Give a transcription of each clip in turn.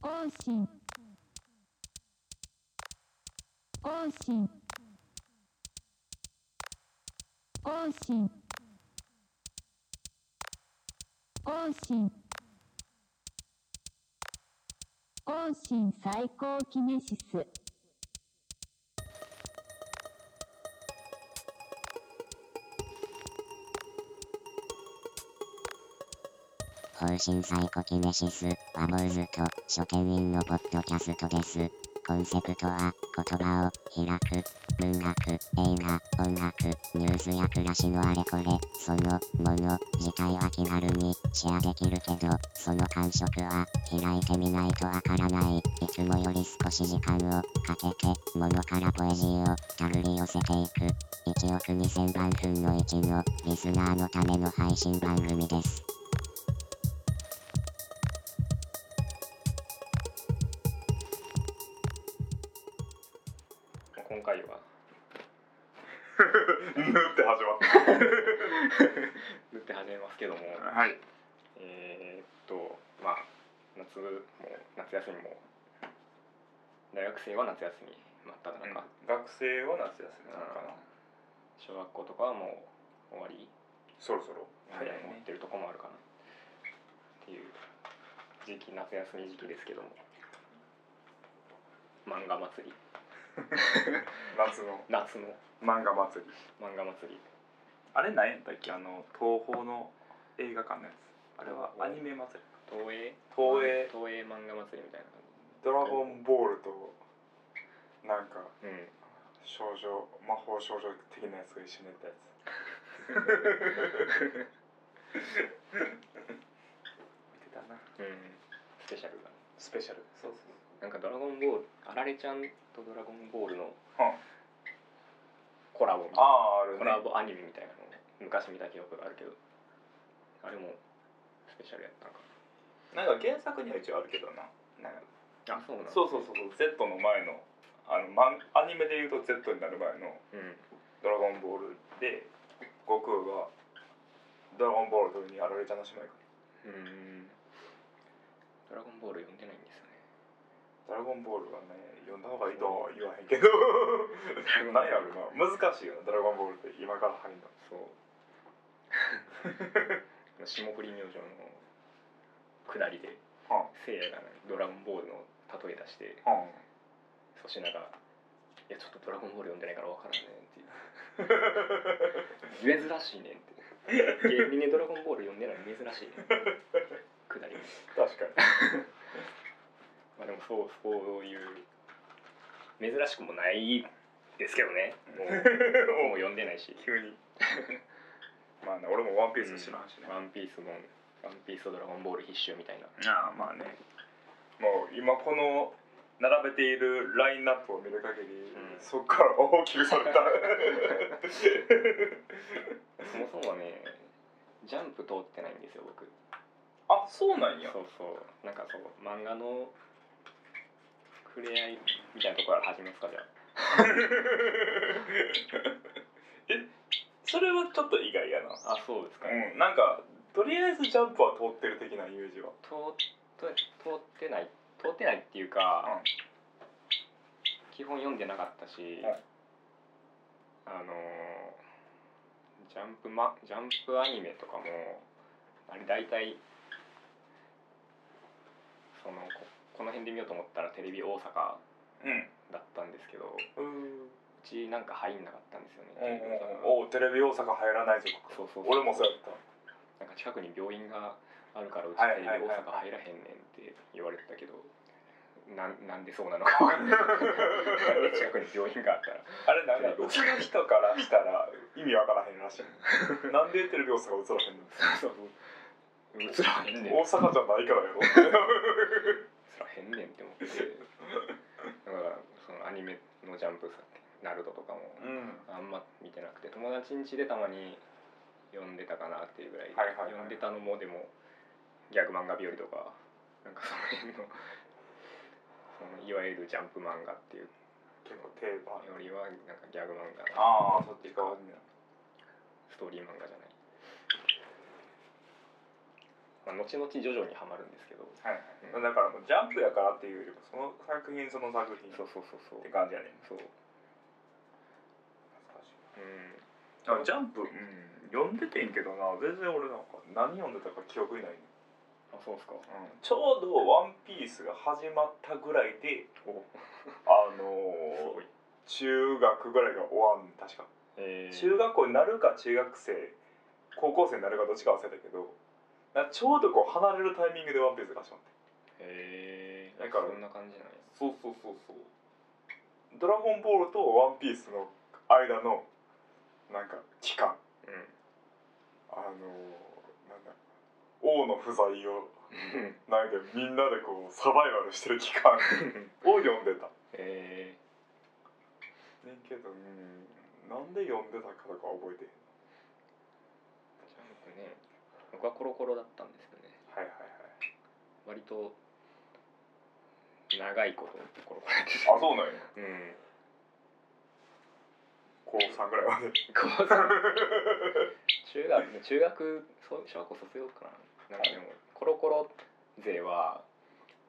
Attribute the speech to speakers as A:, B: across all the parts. A: 更新更新更新更新更新最高キネシス
B: 更新サイコキネシス、ワモーズと書店員のポッドキャストです。コンセプトは、言葉を開く、文学、映画、音楽、ニュースや暮らしのあれこれ、そのもの自体は気軽にシェアできるけど、その感触は開いてみないとわからない。いつもより少し時間をかけて、ものからポエジーをたぐり寄せていく。1億2000万分の1のリスナーのための配信番組です。
C: 今回 は
D: ぬって始まっ
C: 打って始めますけども
D: た。はい。
C: えー、っとまあ夏も夏休みも大学生は夏休み真っ只
D: なん
C: 中
D: か、学生は夏休みなのかな。
C: 小学校とかはもう終わり
D: そろそろ。
C: みたいに思ってるとこもあるかなっていう時期夏休み時期ですけども漫画祭り
D: 夏の
C: 夏の
D: 漫画祭り。
C: 漫画祭り
E: あれなんやったっけあの東宝の映画館のやつあれはアニメ祭り
C: 東映
D: 東映
C: 東映漫画祭りみたいな感
D: ドラゴンボールと。なんか
C: じうん
D: 少女魔法少女的なやつが一緒にやったや
E: 見てたな
C: うんスペシャルが
D: つ。スペシャル。
E: そうそう
C: なんかドラゴンボール、あられちゃんとドラゴンボールの
D: は
C: コラボみたいな、
D: ああ、ある
C: コラボアニメみたいなのを昔見た記憶があるけど、あれもスペシャルやったんか
D: なんか原作には一応あるけどな。なんか
C: な。あ、そうなの
D: そうそうそうそう。Z の前の。あの、まん、アニメで言うと Z になる前の。
C: うん。
D: ドラゴンボールで。悟空が。ドラゴンボールにやられちゃうの姉妹か。
C: うん。ドラゴンボール読んでないんですよね。
D: ドラゴンボールはね読んだ方がいいとは言わへんけど 何やろな難しいよなドラゴンボールって今から入るの
C: そう。霜降り明星の下りで、
D: は
C: せいやがねドラゴンボールの例え出して、
D: あ、うん、
C: 粗品が「いやちょっとドラゴンボール読んでないから分からんねん」って いう珍しいねんって芸人でドラゴンボール読んでないの珍しいねんくだり
D: 確かに
C: まあでもそうそういう珍しくもないですけどねもうもう読んでないし
D: 急に まあね俺もワンピース知らんし
C: 「
D: ね、
C: ワンピースも「ワンピースと「ドラゴンボール」必修みたいな
D: ああまあねもう今この並べているラインナップを見る限り、
C: うん
D: そっから大きくされた
C: そもそもはねジャンプ通ってないんですよ僕
D: あそうなんや
C: そうそうなんかそう漫画の触れ合いみたいなところから始めますかじゃあ
D: えそれはちょっと意外やな
C: あそうですか、
D: うんなんかとりあえずジャンプは通ってる的なイメージは
C: 通通通ってない通ってないっていうか、
D: うん
C: 基本読んでなかったし、
D: はい
C: あのージャンプマジャンプアニメとかもあれ大体そのここの辺で見ようと思ったらテレビ大阪
D: うん
C: だったんですけどう
D: うん
C: ちなんか入んなかったんですよね、テレビ大阪
D: おおテレビ大阪入らないぞ
C: そうそう
D: 俺もそうやった
C: なんか近くに病院があるからうち
D: はい
C: テレ
D: はい
C: ビ
D: はい
C: 大阪入らへんねんって言われてたけどなんなんでそうなのか分かん ない近くに病院があったら
D: あれなん かうちの人からしたら意味わからへんらしいなんでテレビ大阪映らへんの
C: そうそう映らへんねん映
D: 大阪じゃないからやろ
C: らへんねんって思ってだからそのアニメの「ジャンプ」さナルトとかも
D: うん
C: あんま見てなくて友達ん家でたまに読んでたかなっていうぐらい,、
D: はいはいはい
C: 読んでたのもでもギャグ漫画日和とかなんかその辺のそのいわゆるジャンプ漫画っていう
D: 結構定番
C: よりはなんかギャグ漫画
D: ああそっち側に
C: ストーリー漫画じゃないまあ、後々徐々にはまるんですけど
D: はいはい、だからもうジャンプやからっていうよりもその作品その作品
C: そう
D: っ
C: そうそうそう
D: て感じやね
C: そう
D: う
C: うん
E: あジャンプ、うん、読んでてんけどな全然俺なんか
D: ん何読んでたか記憶にないね、
C: あそうですか
D: うん、ちょうど「ワンピースが始まったぐらいで
C: お
D: あ
C: す
D: の
C: ご
D: ー
C: い、
D: 中学ぐらいが終わん確か、
C: えー、
D: 中学校になるか中学生高校生になるかどっちか忘れたけどなちょうどこう離れるタイミングで「ワンピースが始まって
C: へえ
D: なん
C: ん
D: か
C: かそんな感じなんや
D: そうそうそうそう「ドラゴンボール」と「ワンピースの間のなんか期間あのー、なんだ王の不在を
C: うん
D: なんかみんなでこうサバイバルしてる期 間を読んでた
C: え
D: ねんけどうんなんで読んでたかとか覚えてへ
C: ー、
D: ん
C: ジャンプね僕はコロコロだったんですけどね
D: はいはいはい
C: 割と長いことコロコロやって
D: あそうなんや
C: たうん
D: 高3ぐらいまで
C: 高三中学ね中学そう小学校卒業かななんかでもコロコロ勢は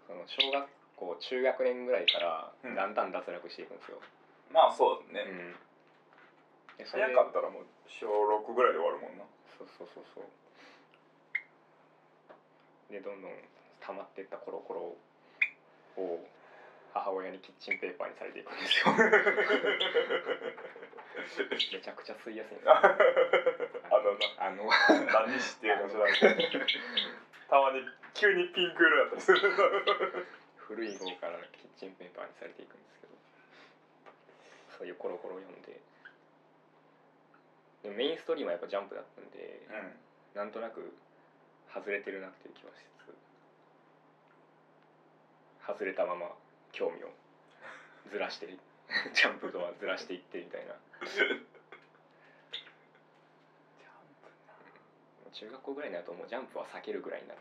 C: その小学校中学年ぐらいから
D: うん
C: だんだん脱落していくんですよ、
D: まあそうだ
C: うんでそれ
D: 早かったらもう小6ぐらいで終わるもんな
C: そうそうそうそうでどんどん溜まってったコロコロを母親にキッチンペーパーにされていくんです よめちゃくちゃ吸いやすいん ですよ
D: あのな
C: あの
D: 何してるか知らんけどたまに急にピンク色やったりする
C: 古い号からキッチンペーパーにされていくんですけどそういうコロコロ読んででもメインストーリーはやっぱジャンプだったんで、
D: ん
C: なんとなく外れてるなっていう気はしつつ外れたまま興味をずらしてい ジャンプとはずらしていってみたいな中学校ぐらいになるともうジャンプは避けるぐらいになる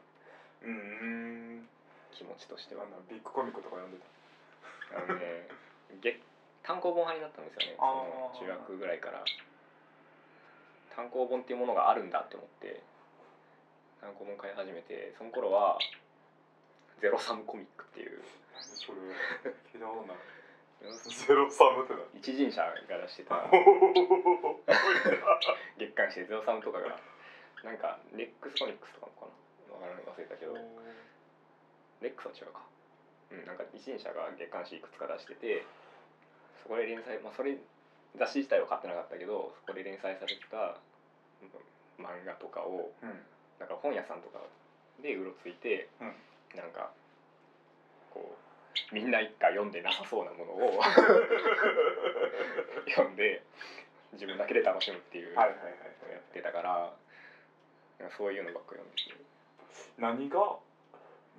D: うん
C: 気持ちとして
D: で
C: は
D: もなビッグコミックとか読んでた
C: あのね、月単行本派になったんですよね。そ
E: あ
C: の
E: ー
C: 中学ぐらいから単行本っていうものがあるんだって思って単行本買い始めて、その頃はゼロサムコミックっていう
D: それ聞いたことないゼ
C: 一
D: ロサムってな
C: 人者が 出してた月刊誌でゼロサムとかがなんかネックスコミックスとかのかな。わからない忘れたけど、レックスは違うか。うん、なんか一人者が月刊誌いくつか出しててそこで連載まあそれ雑誌自体は買ってなかったけどそこで連載されてたうん漫画とかを
D: うん
C: なんか本屋さんとかでうろついて、
D: うん
C: なんかこうみんな一家読んでなさそうなものを 読んで自分だけで楽しむっていうのを
D: はい
C: や
D: はいはいは
C: っ
D: い
C: てたから、なんかそういうのばっか読んでて
D: 何が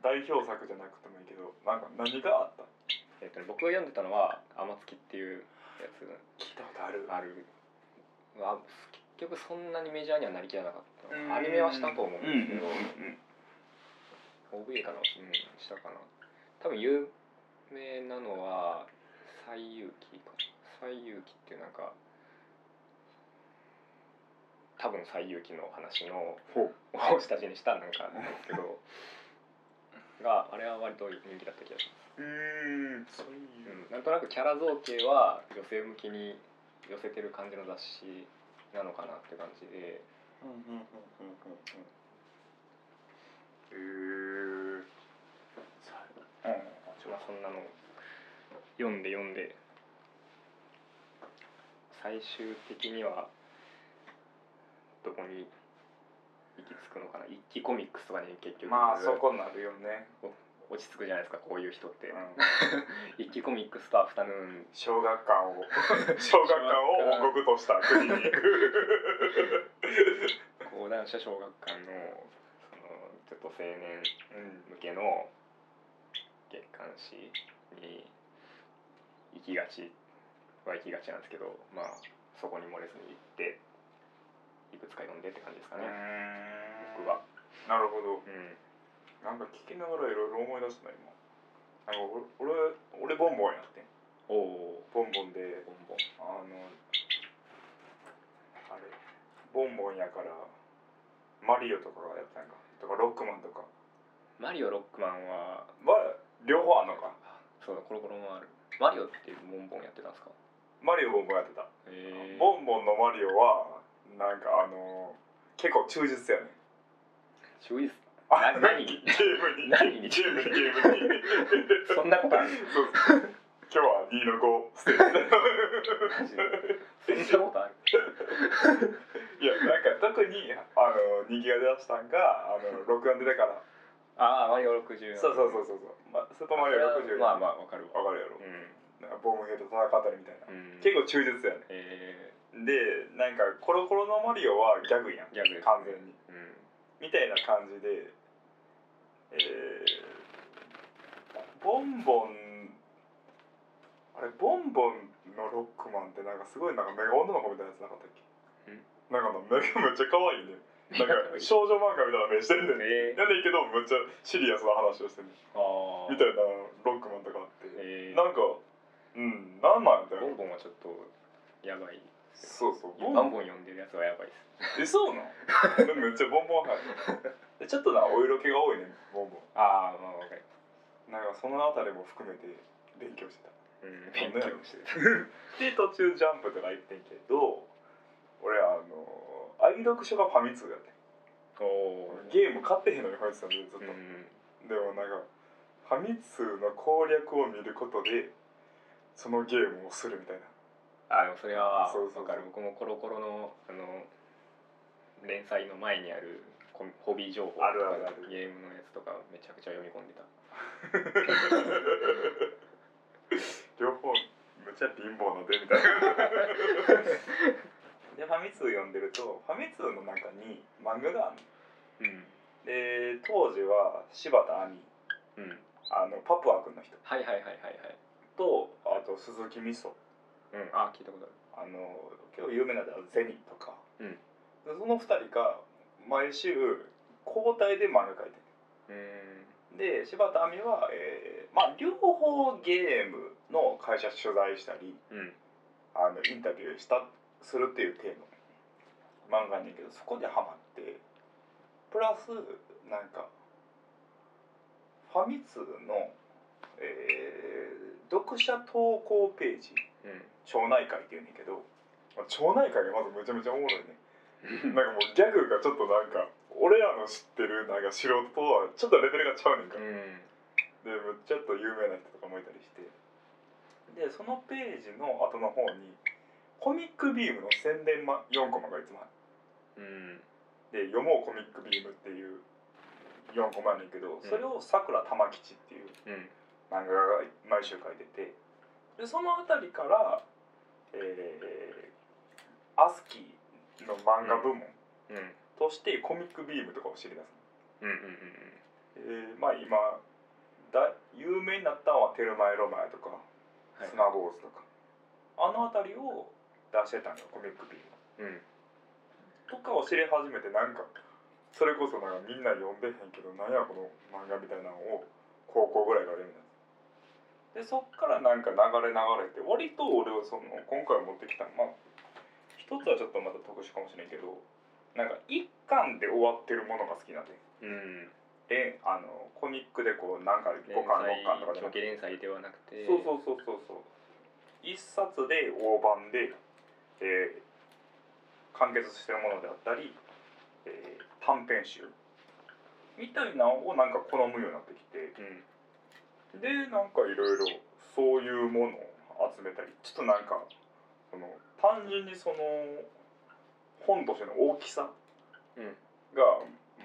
D: 代表作じゃなくてもいいけどなんか何があった
C: えっとね、僕が読んでたのは「天月」っていうやつ
D: 聞いたことある
C: あるは結局そんなにメジャーにはなりきらなかった
E: うん
C: アニメはしたと思うん
E: うん
C: ですけど、
E: うん
C: OVA かな、うん、したかな多分有名なのは「西遊記」かな西遊記っていうなんか多分西遊記の話の
D: ほ
C: を下地にしたなんかなんですけどがあれは割と人気だった気がします
D: うんそういう
C: うんなんとなくキャラ造形は女性向きに寄せてる感じの雑誌なのかなって感じで
D: うんうんうんうんうんへえ
C: まあそんなの読んで読んで最終的にはどこに行き着くのかな一気コミックスとかに結局
D: まあそこになるよね、
C: 落ち着くじゃないですかこういう人って
D: う、ん、
C: 一気コミックスとアフタヌーン
D: 小学館 を小学館を王国とした国に行く、
C: 講談社小学館のそのちょっと青年
D: うん、
C: 向けの月刊誌に行きがちは行きがちなんですけどまあそこに漏れずに行っていくつか読んでって感じですかね、僕は、
D: なるほど
C: うん、
D: なんか聞きながらいろいろ思い出したな今なんか俺俺俺ボンボンやってん
C: おお
D: ボンボンで
C: ボンボン
D: あのあれボンボンやからマリオとかがやったんかとかロックマンとか
C: マリオロックマンは
D: は両方あんのか
C: そうだコロコロもあるマリオってボンボンやってたんですか
D: マリオボンボンやってた、
C: へえ
D: ボンボンのマリオはなんかあのー結構忠実やね
C: 注意っす
D: あ
C: な何
D: ゲームに
C: 何に
D: ゲームにゲームに
C: そんなことある
D: そうそう今日は2の5ステ ージ
C: マ ジでそんなことある
D: いやなんか特にあの人気が出だしたんがあの録画出たから
C: ああマリオ60
D: そうそうそうそうそう、まあ、スーパーマリオ60
C: まあまあわかるわ
D: わかるやろ
C: う
D: なんかボムヘッド戦ったりみたいな、
C: ん、うん、
D: 結構忠実やね
C: え
D: でなんかコロコロのマリオはギャグやん
C: ー、ギャグです
D: 完全に
C: うん
D: みたいな感じでえー、ボンボンあれボンボンのロックマンってなんかすごいなんかメガ女の子みたいなやつなかったっけ
C: ん
D: なんかの目がめっちゃ 可愛いねなんか少女漫画みたいな目してるね
C: えー、
D: やねんけどめっちゃシリアスな話をしてる
C: ああ
D: みたいなロックマンとかあって
C: えー、
D: なんかうんなんなんみたい
C: ボン
D: な
C: ボンはちょっとやばい
D: そうそう
C: ボンボン読んでるやつはやばいです
D: えそうなんでもめっちゃボンボン入る ちょっとなお色気が多いねボンボン
C: ああまあわかる
D: なんかそのあたりも含めて勉強してた
C: うん勉強してる
D: で途中ジャンプとか行ってんけど俺あの愛読書がファミ通やってん
C: おおー
D: ゲーム買ってへんのにファミ通なんでずっと、
C: うん
D: でもなんかファミ通の攻略を見ることでそのゲームをする みたいな
C: あでもそれは
D: そうそうそう
C: わかる僕もコロコロのあの連載の前にあるコンホビー情報とか
D: あるあるある
C: ゲームのやつとかめちゃくちゃ読み込ん でた
D: 両方めっちゃ貧乏のでみたいなでファミ通読んでるとファミ通の中に漫画がある
C: うん
D: で当時は柴田亜美
C: うん
D: あのパプア君の人
C: はいはいはいはいはい
D: とあと鈴木みそ
C: うんあ聞いたことあ
D: あの結構有名なのはゼニとか、
C: うん
D: でその2人が毎週交代で漫画描いて
C: るうん
D: るで柴田亜美は、えーまあ、両方ゲームの会社取材したり
C: うん
D: あのインタビューしたするっていうテーマ漫画やねんけどそこでハマってプラスなんかファミ通の、えー読者投稿ページ
C: うん
D: 町内会っていうんだけどまあ町内会がまずめちゃめちゃおもろいねなんかもうギャグがちょっとなんか俺らの知ってるなんか素人とはちょっとレベルがちゃうねんか、
C: うん
D: でちょっと有名な人とかもいたりしてでそのページの後の方にコミックビームの宣伝ま4コマがいつもあ
C: うん
D: るで「読もうコミックビーム」っていう4コマやねんけどそれをさくら玉吉っていう
C: うん
D: 漫画が毎週書いててでその辺りからえー、アスキーの漫画部
C: う
D: 門
C: ん
D: としてコミックビームとかを知り出す
C: うんうんうん
D: えー、まあ今だ有名になったのは「テルマエ・ロマエ」とか「
C: はい
D: スナボーズ」とか、あの辺りを出してたのよコミックビーム
C: うん
D: とかを知り始めてなんかそれこそなんかみんな読んでへんけどなんやこの漫画みたいなのを高校ぐらいから読んだでそっからなんか流れ流れて割と俺はその今回持ってきたのまあ一つはちょっとまた特殊かもしれんけどなんか一巻で終わってるものが好きなんで
C: うん
D: であのコミックでこうなんか5
C: 連
D: 巻6巻とか
C: 載長
D: じゃなくて
C: 期連載ではなくて
D: そうそうそうそうそう一冊で大盤で、えー完結してるものであったり、えー短編集みたいなのをなんか好むようになってきて
C: うん
D: でなんかいろいろそういうものを集めたりちょっとなんかその単純にその本としての大きさ
C: うん
D: が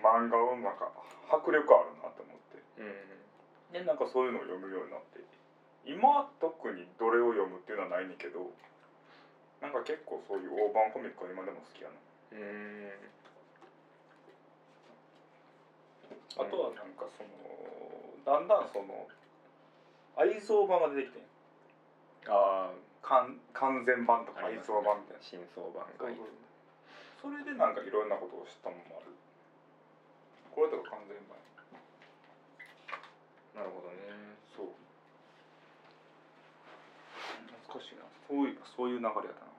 D: 漫画のなんか迫力あるなと思って。
C: うん
D: でなんかそういうのを読むようになって今は特にどれを読むっていうのはないねんけどなんか結構そういう大判コミックは今でも好きやな
C: うん
D: あとはなんかそのだんだんその愛憎版が出てきてん
C: あ
D: 完完全版と
C: あ
D: か愛憎版みたいな
C: 真相版
D: そう
C: が
D: そうそうそれでなんかいろんなことを知ったのもあるこれとか完全版
C: なるほどね
D: そう懐かしいなそういうそういう流れやったな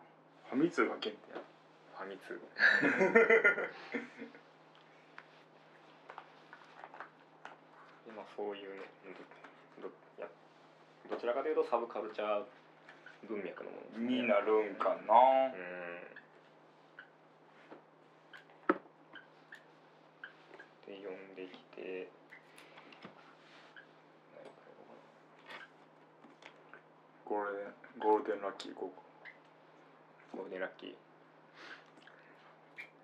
D: ファミ通が原点や
C: ファミ通まあそういうねどどいやどちらかというとサブカルチャー文脈のものですね
E: になるんかな、
C: うん。で読んできて。
D: ゴールデンゴールデンラッキーこう
C: ゴールデンラッキー。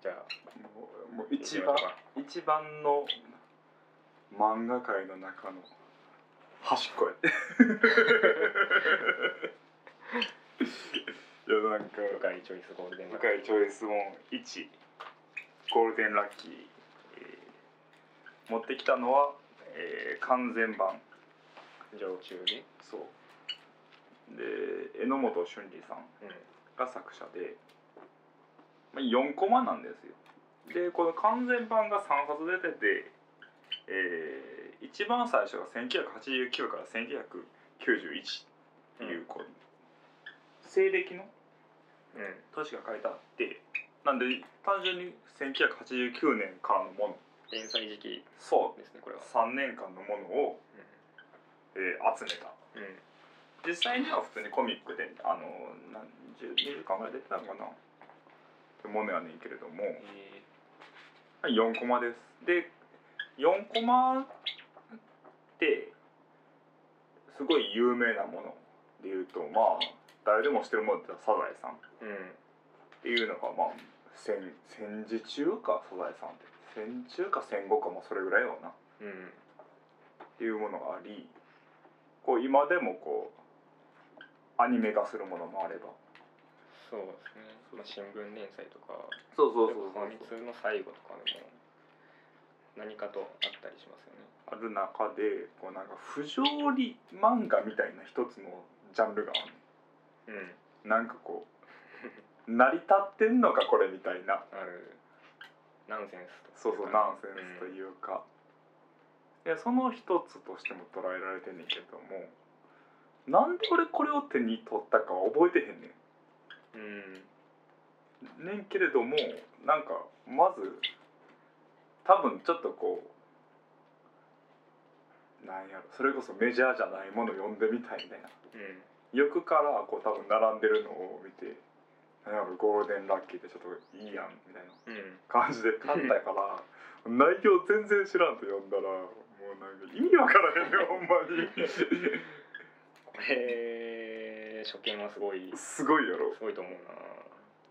C: じゃあ
D: もうもう
C: 行き
D: 一
C: ましょう
D: 番
C: か
D: 一番の漫画界の中の端っこや いやなんか
C: 深いチョイスゴールデンラッキ
D: 深いチョイスも1ゴールデンラッキー、えー持ってきたのは、えー完全版
C: ー。上中で。
D: そうで榎本俊里さん
C: うん。
D: が作者で、まあ、4コマなんですよでこの完全版が3冊出てて、えー一番最初が1989から1991っていうこう、西暦の
C: うん。
D: 年が書いてあってなんで単純に1989年からのもの
C: 連載時期
D: そう
C: ですねこれは。
D: 3年間のものを、えー集めた
C: うん。うん。
D: 実際には普通にコミックであの何十20巻ぐらい出てたのかなってものやねんけれども
C: え
D: 4コマですで4コマってすごい有名なものでいうとまあ誰でも知ってるものって言ったらサザエさん
C: ーうん。
D: っていうのがまあ戦戦時中かサザエさんって戦中か戦後かもそれぐらいよな
C: うん。
D: っていうものがありこう今でもこうアニメ化するものもあれば
C: そうですね。まあ新聞連載とか。
D: そうそ
C: ファミ通の最後とかでも何かとあったりしますよね。
D: ある中でこうなんか不条理漫画みたいな一つのジャンルがある
C: うん。
D: なんかこう成り立ってんのかこれみたいな
C: あるナンセンスと
D: そうそうナンセンスというか、でその一つとしても捉えられてんねんけどもなんで俺これを手に取ったかは覚えてへんねん
C: うん、うん、
D: ねんけれどもなんかまず多分ちょっとこうなんやろそれこそメジャーじゃないもの読んでみたいみたいな
C: うん、
D: 欲からこう多分並んでるのを見てなんやろゴールデンラッキーってちょっといいやんみたいな
C: うん、
D: 感じで買ったから内容全然知らんと読んだらもうなんか意味わからへんね ほんまに
C: これ初見はすごい
D: すごいやろ
C: すごいと思うな。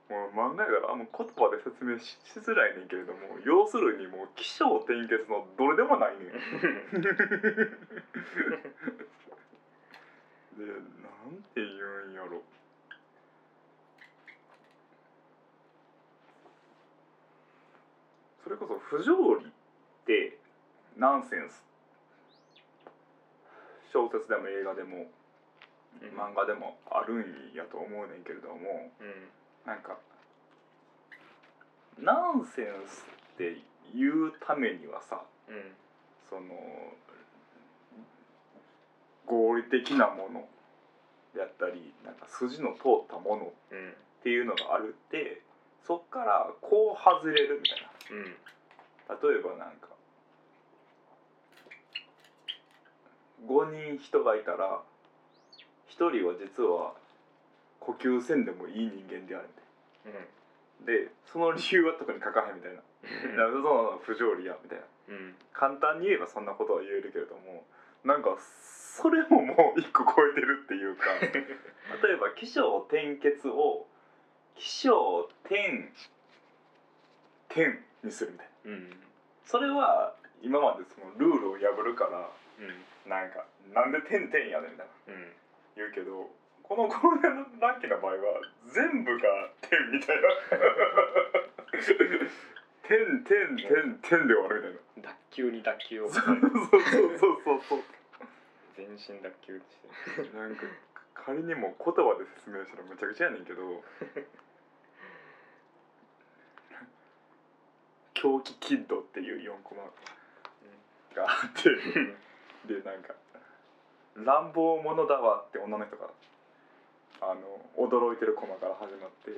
D: もう漫画やからあんま言葉で説明ししづらいねんけれども要するにもう起承転結のどれでもないねんでなんて言うんやろそれこそ不条理ってナンセンス小説でも映画でも漫画でもあるんやと思うねんけれども、
C: うん
D: なんかナンセンスって言うためにはさ
C: うん
D: その合理的なものであったりなんか筋の通ったものっ
C: うん
D: ていうのがあるってそっからこう外れるみたいな
C: うん
D: 例えばなんか5人人がいたら1人は実は呼吸せんでもいい人間であるみたいな。
C: うん
D: でその理由は特に書かへんみたいな「なるほど不条理や」みたいな
C: うん
D: 簡単に言えばそんなことは言えるけれどもなんかそれももう一個超えてるっていうか例えば「起承転結」を「起承転転」にするみたいな
C: うん
D: それは今までそのルールを破るから
C: うん
D: なんか「なんで点々やねん」みたいな
C: うん
D: 言うけどこのゴールデンラッキーの場合は全部が点みたいな 点点点点で終わるみたいな
C: 脱臼に脱臼を
D: そうそうそうそう
C: 全身脱臼して
D: そうなんか仮にもう言葉で説明したらめちゃくちゃやねんけど 狂気キッドっていう4コマがあってでなんか「乱暴者だわ」って女の人があの驚いてるコマから始まって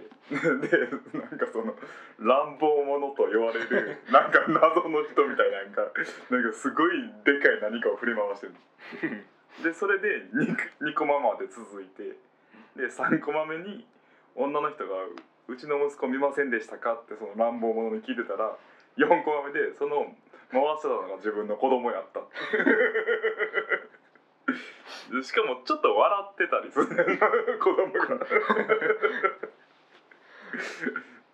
D: でなんかその乱暴者と言われるなんか謎の人みたいなんかなんかすごいでかい何かを振り回してるでそれで 2, 2コマまで続いてで3コマ目に女の人が「うちの息子見ませんでしたか?」ってその乱暴者に聞いてたら4コマ目でその回してたのが自分の子供やったでしかもちょっと笑ってたりする子供が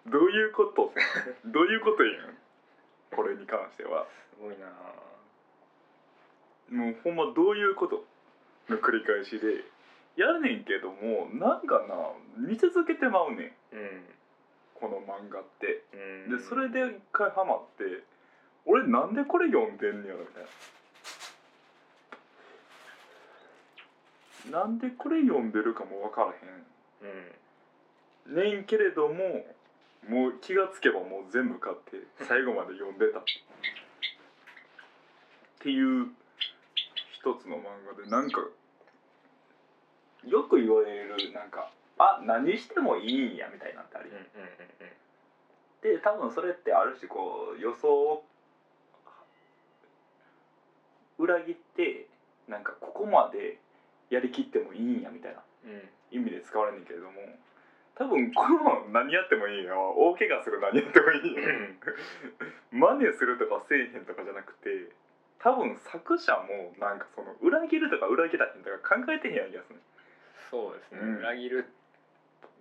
D: どういうことどういうことやんこれに関しては
C: すごいなあ
D: もうほんまどういうことの繰り返しでやるねんけどもなんかな見続けてまうねん
C: う
D: この漫画って
C: んうん
D: でそれで一回ハマって俺なんでこれ読んでんねやろみたいななんでこれ読んでるかも分からへ
C: うん
D: んねんけれどももう気がつけばもう全部買って最後まで読んでたっていう一つの漫画でなんか
E: よく言われるなんかあ何してもいいんやみたいなんてある
C: うんう
E: よ
C: んうん
E: で多分それってある種こう予想を裏切ってなんかここまでやりきってもいいんやみたいな
C: うんうん
D: 意味で使われんねんけれども多分この何やってもいいよ大怪我する何やってもいいよ
C: うん
D: 真似するとかせえへんとかじゃなくて多分作者もなんかその裏切るとか裏切らへんとか考えてへんやん気がする
C: そうですね、
D: うん
C: 裏切る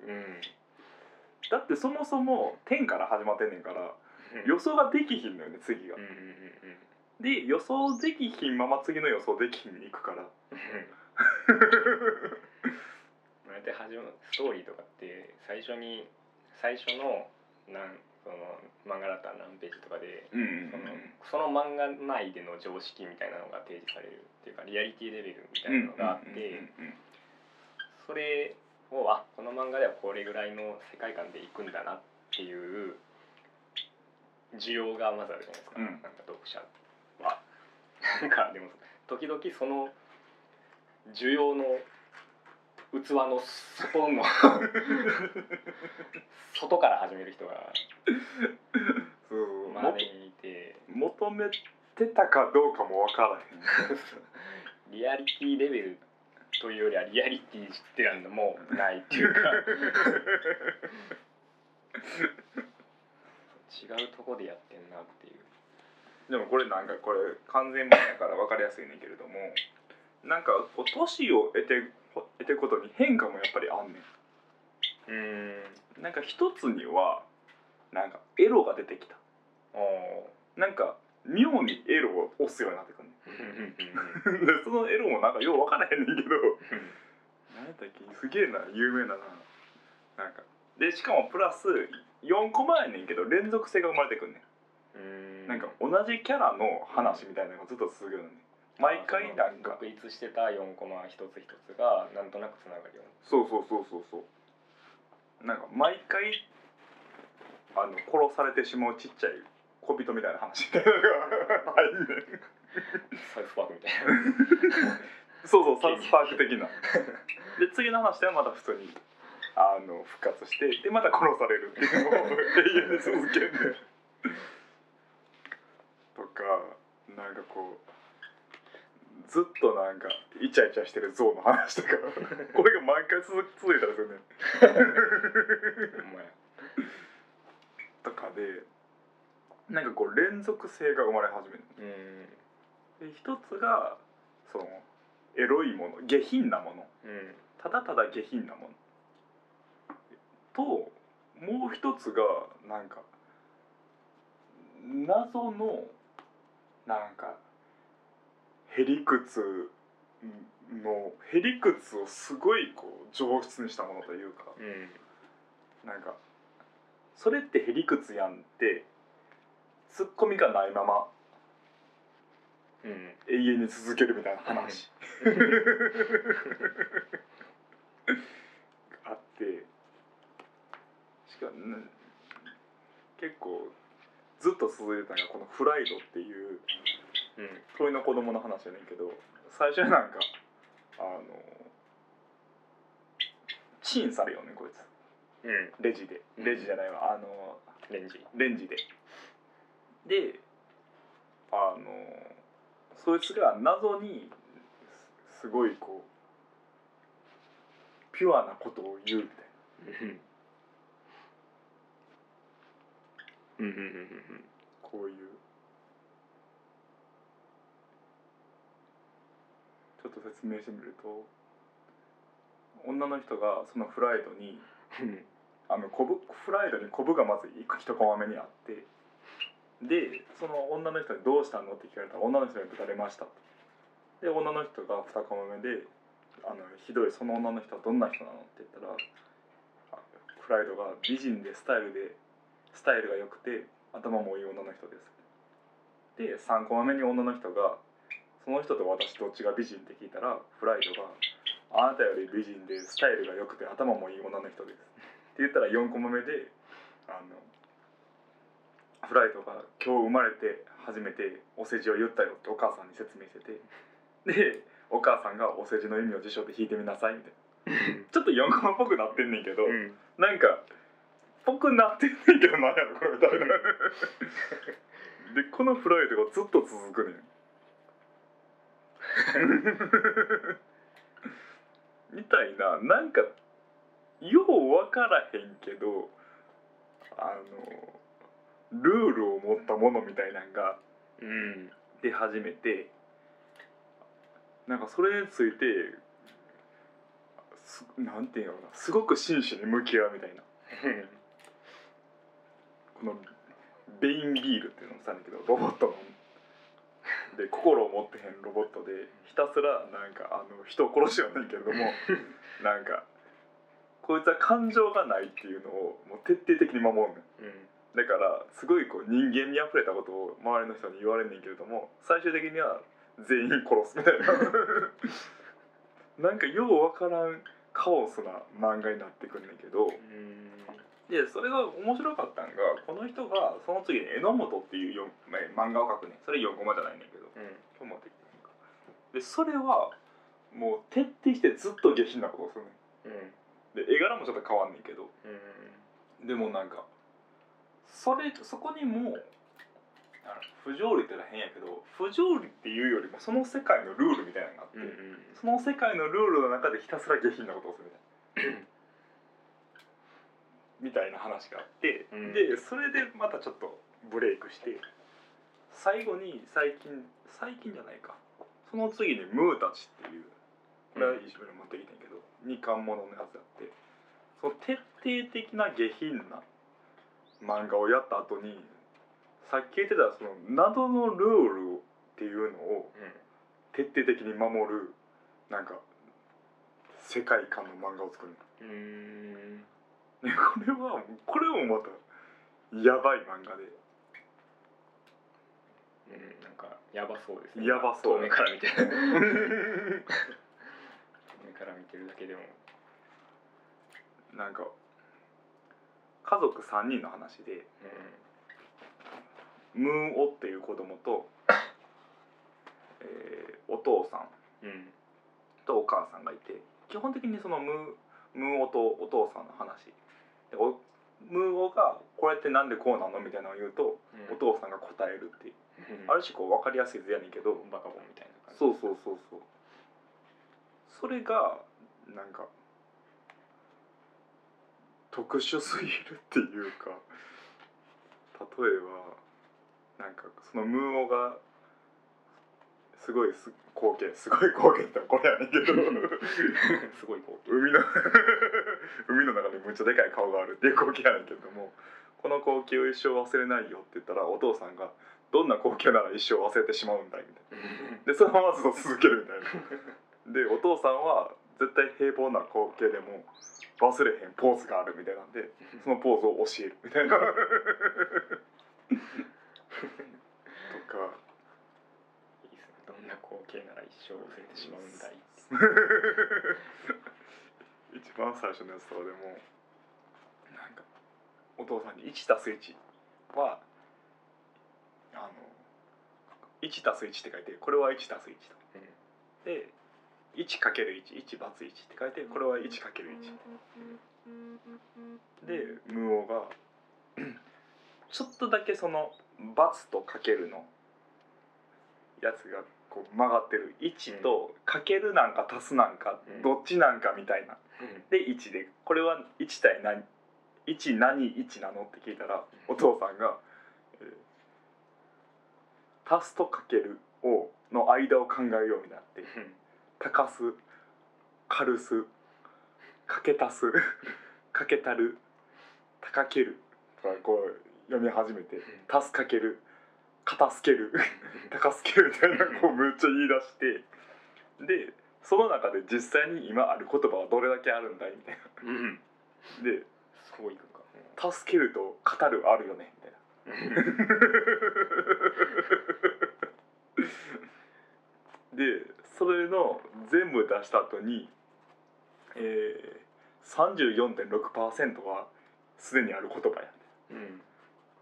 C: うん
D: だってそもそも天から始まってんねんから予想ができひんのよね次が
C: うんうんうんうん
D: で予想できひんまま次の予想できひんに行くから
C: うん大体始まるストーリーとかって最初に最初のなんその漫画だったら何ページとかで
D: うん
C: そのその漫画内での常識みたいなのが提示されるっていうかリアリティレベルみたいなのがあってそれをあこの漫画ではこれぐらいの世界観でいくんだなっていう需要がまずあるじゃないですか、
D: うん
C: なんか読者は。 なんかでも時々その需要の器の外の 外から始める人が
D: そう
C: 周りにいて。
D: も求めてたかどうかも分からへん
C: リアリティレベルというよりはリアリティってなんのもうないっていうか違うとこでやってんなっていう
D: でもこれなんかこれ完全版やから分かりやすいねんけれどもなんかこう年を得て得ていくことに変化もやっぱりあんね
C: うん
D: んなんか一つにはなんかエロが出てきた
C: お
D: なんか妙にエロを押すようになってくんねん でそのエロもなんかよう分からへんねんけど何やったっけすげえな有名だななんかでしかもプラス4個前やねんけど連続性が生まれてくんね
C: う
D: ん
C: ん
D: なんか同じキャラの話みたいなのがずっと続くよね毎回なんか
C: 独立してた4コマ一つ一つがなんとなくつながるよ
D: そうそうそうそうそうなんか毎回あの殺されてしまうちっちゃい小人みたいな話み たいなのが入んねん
C: うなサウスパークみたいな
D: そうそうサウスパーク的なで次の話ではまた普通にあの復活してでまた殺されるっていうの を永遠に続けるとかなんかこうずっとなんかイチャイチャしてる象の話とかこれが毎回続続いたんですよね
C: お前
D: とかでなんかこう連続性が生まれ始める
C: うん
D: で一つがそのエロいもの下品なもの
C: うん
D: ただただ下品なものともう一つがなんか謎のなんかへりくつのへりくつをすごいこう上質にしたものというか
C: うん
D: なんか「それってへりくつやん」ってツッコミがないまま
C: うん
D: 永遠に続けるみたいな話あってしかもね結構ずっと続いてたのがこの「フライド」っていう
C: うん
D: 鳥の子供の話やねんけど最初はなんかあのチンされようねこいつ
C: うん
D: レジで
C: うん
D: レジじゃないわあの
C: レンジ
D: レンジでであのそいつが謎にすすごいこうピュアなことを言うみたいな
C: うんうんうんうんうん
D: こういうちょっと説明してみると女の人がそのフライドに
C: うん
D: あのコブフライドにコブがまず一個一釜目にあってでその女の人に「どうしたの?」って聞かれたら女の人に「ぶたれました」で女の人が二釜目で「あのひどいその女の人はどんな人なの?」って言ったらあフライドが「美人でスタイルでスタイルが良くて頭もいい女の人です」で三釜目に女の人が「その人と私どっちが美人?」って聞いたらフライドが「あなたより美人でスタイルが良くて頭もいい女の人です」って言ったら4コマ目であのフライトが今日生まれて初めてお世辞を言ったよってお母さんに説明しててでお母さんがお世辞の意味を辞書で引いてみなさいみたいなちょっと4コマっぽくなってんねんけど、
C: うん
D: なんかぽくなってんねんけどなんやろこれみたいなでこのフライトがずっと続くねんみたいななんかようわからへんけどあのルールを持ったものみたいなんが
C: うん
D: 出始めてなんかそれについてすなんていうんやろうなすごく真摯に向き合うみたいなこのベインビールっていうのをしたんだけどロボットので心を持ってへんロボットでひたすらなんかあの人を殺しはないけれどもなんかこいつは感情がないっていうのをもう徹底的に守
C: うん
D: るのだからすごいこう人間味あふれたことを周りの人に言われんねんけれども最終的には全員殺すみたいななんかようわからんカオスな漫画になってくんねんけどでそれが面白かったんがこの人がその次に榎本っていうよんえ漫画を描くねんそれ4コマじゃないねんけど
C: うん
D: 今日もできてへんかでそれはもう徹底してずっと下品なことをするね
C: うん
D: んで絵柄もちょっと変わんねんけど
C: うん
D: でもなんかそれそこにもうあの不条理って言ったら変やけど不条理っていうよりもその世界のルールみたいなのがあって、
C: うん
D: その世界のルールの中でひたすら下品なことをするみたいなみたいな話があって、
C: うん
D: でそれでまたちょっとブレイクして最後に最近最近じゃないかその次に「ムーたち」っていうこれは石村持ってきたんやけど、二巻もののやつやってその徹底的な下品な漫画をやった後にさっき言ってたその謎のルールっていうのを徹底的に守るなんか世界観の漫画を作る
C: うんうん
D: ねこれはこれもまたやばい漫画で
C: うんなんかやばそうですね
D: やばそう
C: 遠目から見てる遠目から見てるだけでも
D: なんか家族3人の話で
C: う
D: ムーンオっていう子供と、えーお父さん
C: んうん
D: とお母さんがいて基本的にそのムームーオとお父さんの話でおムーオが「これってなんでこうなの?」みたいなのを言うとお父さんが答えるっていう
C: うん
D: ある種こう分かりやすい図やねんけど
C: バカボンみたいな感じ
D: そうそうそうそうそれがなんか特殊すぎるっていうか例えばなんかそのムーオがすごいす光景すごい光景ってこれやねんけど
C: すごい光景
D: 海の 海の中にむっちゃでかい顔があるっていう光景やねんけどもこの光景を一生忘れないよって言ったらお父さんがどんな光景なら一生忘れてしまうんだいみたいな。でそのままずっと続けるみたいなでお父さんは絶対平凡な光景でも忘れへんポーズがあるみたいなんでそのポーズを教えるみたいなとか
C: いいですねどんな光景なら一生忘れてしまうんだい
D: 一番最初のやつとかでもなんかお父さんに1たす1はあの1たす1って書いてこれは1たす1だで 1×11×1 って書いてこれは 1×1 で無音が ちょっとだけその「×」と「かける」のやつがこう曲がってる1と「かける」なんか足すなんか
C: うん
D: どっちなんかみたいな
C: うん
D: で1でこれは1対何1何1なのって聞いたらお父さんが「えー足すとかける」をの間を考えようになって「高す」「かるす」「かけ足す」 「かけたる」「たかける」とかこう読み始めて「足すかける」「かたすける」 「たかすける」みたいなこうめっちゃ言い出してでその中で実際に今ある言葉はどれだけあるんだいみたいな
C: うん
D: で
C: そういくか
D: 「助ける」と「語る」あるよねみたいな でそれの全部出した後にえー、34.6%はすでにある言葉や
C: うん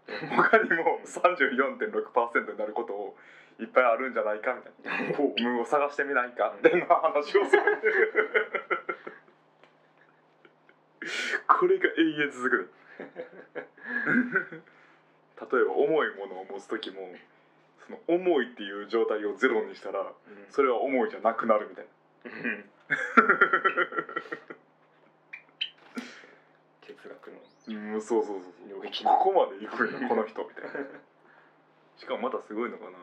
D: 他にも34.6%になることをいっぱいあるんじゃないかみたいなこう無を探してみないかみたいな話をするこれが永遠続く例えば重いものを持つ時もその重いっていう状態をゼロにしたら
C: うん
D: それは重いじゃなくなるみたい
C: う
D: な
C: ん哲学の
D: うんそうそうそうそう
C: 領域
D: ここまで行くんやこの人みたいな しかもまたすごいのかな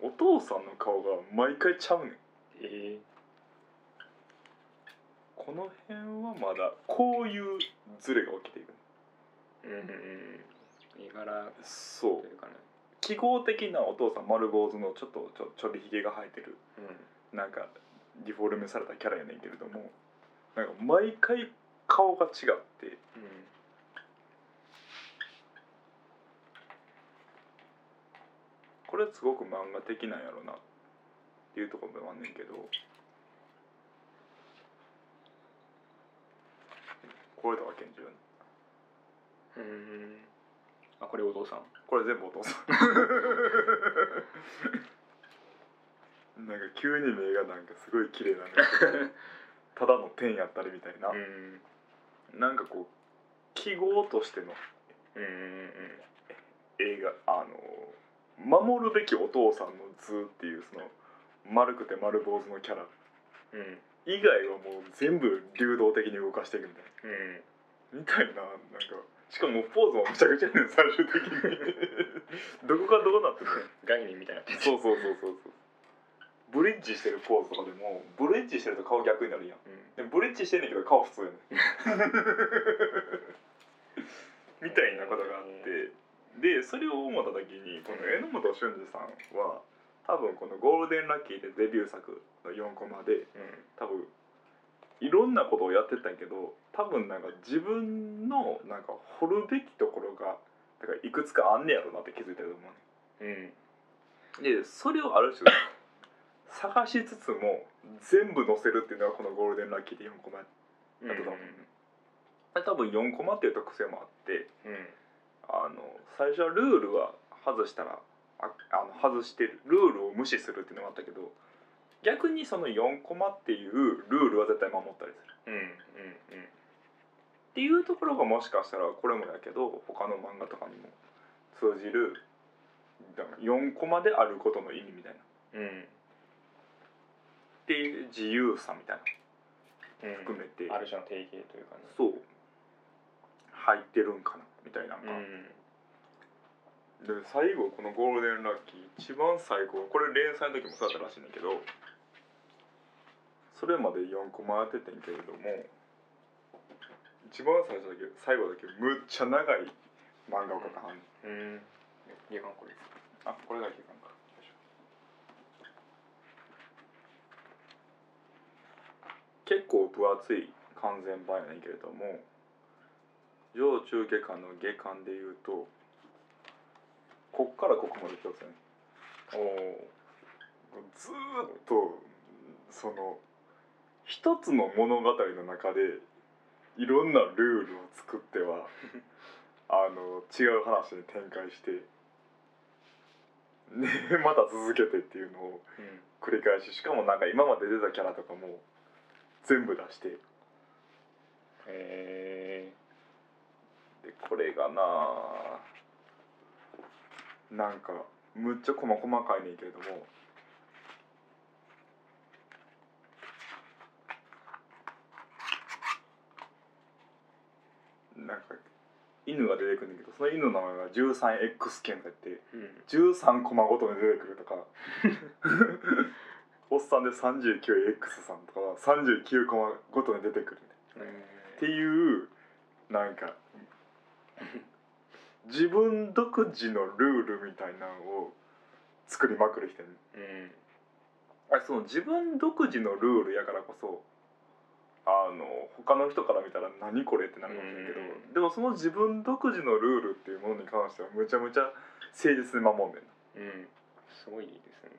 D: お父さんの顔が毎回ちゃうねん
C: え
D: この辺はまだこういうズレが起きていく
C: えうんうん絵柄
D: そ
C: というかね
D: 記号的なお父さん丸坊主のちょっとちょちょりひげが生えてる
C: う
D: なんかリフォルメされたキャラやねんけれどもなんか毎回顔が違って
C: んうん
D: これすごく漫画的なんやろなっていうところもあんねんけどこれとか拳銃やね
C: うーんあこれお父さん
D: これ全部お 父さんなんか急に目がなんかすごい綺麗なのが ただの点やったりみたいな、
C: ん
D: なんかこう記号としての
C: うんうん
D: 映画あの守るべきお父さんの図っていうその丸くて丸坊主のキャラ
C: うんうん
D: 以外はもう全部流動的に動かしていくみたいな
C: うん
D: みたいななんかしかもポーズもめちゃくちゃやねん最終的にどこがどうなってるの
C: 概念みたいになってる
D: そうそうそうそうそうブリッジしてるポーズとかでもブリッジしてると顔逆になるやん
C: うん
D: でもブリッジしてんねんけど顔普通やねんみたいなことがあってでそれを思った時にこの榎本俊二さんは多分この「ゴールデンラッキー」でデビュー作の4コマで
C: うん
D: 多分いろんなことをやってたんやけど多分なんか自分のなんか掘るべきところがだからいくつかあんねやろなって気づいたと思うね
C: うん
D: でそれをある種 探しつつも全部載せるっていうのがこの「ゴールデンラッキー」で4コマや
C: うん
D: ったと思う、多分4コマっていう特性もあって
C: うん
D: あの最初はルールは外したらああの外してるルールを無視するっていうのもあったけど逆にその4コマっていうルールは絶対守ったりする
C: うんうんうん
D: っていうところがもしかしたらこれもやけど他の漫画とかにも通じるだから4コマであることの意味みたいなっ
C: うん
D: ていう自由さみたいな
C: うん
D: 含めて、
C: ある種の定型というかね
D: そう入ってるんかなみたいなの
C: う
D: が、
C: ん
D: で最後この「ゴールデンラッキー」一番最後これ連載の時もそうだったらしいんだけどそれまで4コマやっててんけれども一番最初だけ最後だけむっちゃ長い漫画を描かはんねん
C: うん時間これ
D: あこれだけかなんか結構分厚い完全版やねんけれども上中下巻の下巻でいうとこっからここまで一つやね
C: おお
D: ずーっとその一つの物語の中でいろんなルールを作っては あの違う話 に展開してでまた続けてっていうのを
C: うん
F: 繰り返ししかもなんか今まで出たキャラとかも全部出して
C: へえ
F: でこれがなあなんかむっちゃ細細かいねんけれどもなんか犬が出てくるんだけどその犬の名前が 13X 犬とか言って
C: うん
F: 13コマごとに出てくるとか おっさんで 39X さんとかは39コマごとに出てくるっていうなんか自分独自のルールみたいなのを作りまくる人に
C: うん
F: あその自分独自のルールやからこそあの他の人から見たら「何これ?」ってなるかもしれんけど、
C: うん
F: でもその自分独自のルールっていうものに関してはむちゃむちゃ誠実に守んねんな。
C: うんすごいですね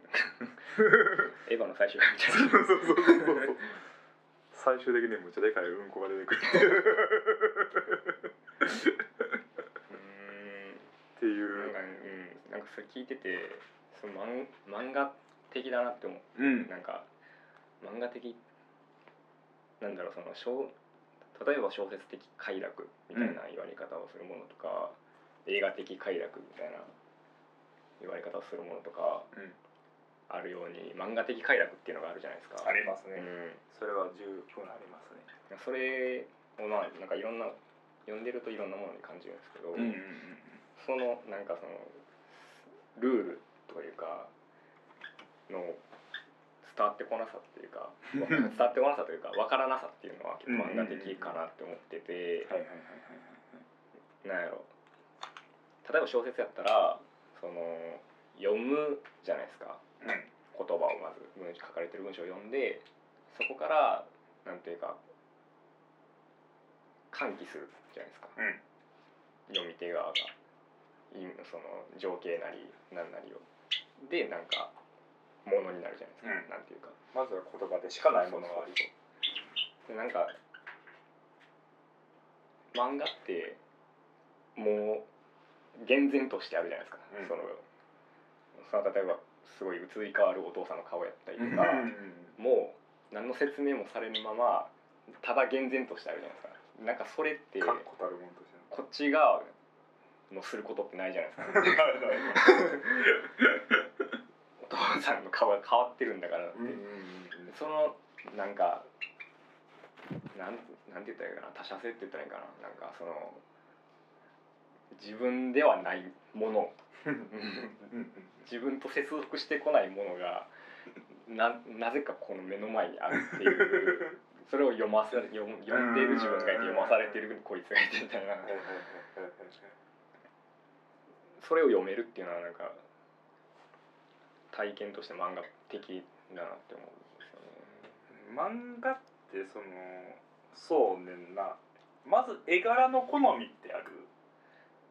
C: エヴァの最終話みたいな
F: そうそうそうそう最終的にむっちゃでかいうんこが出てくる
C: うん
F: ってい
C: なん
F: う
C: か、うん、なんかそれ聞いててその漫漫画的だなって思
F: う
C: う
F: ん
C: なんか漫画的なんだろうその小例えば小説的快楽みたいな言われ方をするものとか、映画的快楽みたいな言われ方をするものとか
F: うん
C: あるように漫画的快楽っていうのがあるじゃないですか。
D: ありますね、
C: うん
D: それは十分ありますね
C: それをまあなんかいろんな読んでるといろんなものに感じるんですけど、そのなんかそのルールというかの伝わってこなさっていう か伝わってこなさというか分からなさっていうのは結構漫画的かなって思ってて、
D: はいはいはい
C: なんやろ例えば小説やったらその読むじゃないですか、
D: はいはい
C: 言葉をまず文章書かれてる文章を読んでそこからなんていうか喚起するじゃないですか、
D: うん
C: 読み手側がいその情景なり何なりをでなんかものになるじゃないですか、
D: うん
C: なんていうか
D: まずは言葉でしかないものがあり
C: でなんか漫画ってもう厳然としてあるじゃないですか、
D: うん
C: そのその例えばすごい移り変わるお父さんの顔やったりと
D: うん
C: か、もう何の説明もされぬままただ厳然としてあるじゃないですかなんかそれって
F: かっこたるもんとして
C: こっち側のすることってないじゃないです かお父さんの顔が変わってるんだからって、そのなんかなんなんて言ったらいいかな他者性って言ったらいいかななんかその自分ではないもの自分と接続してこないものがななぜかこの目の前にあるっていうそれを読まされ読む読んでいる自分がいて読まされてるこいつがいてみたいなそれを読めるっていうのはなんか体験として漫画的だなって思うんですよね。
D: 漫画ってそのそうねんなまず絵柄の好みってある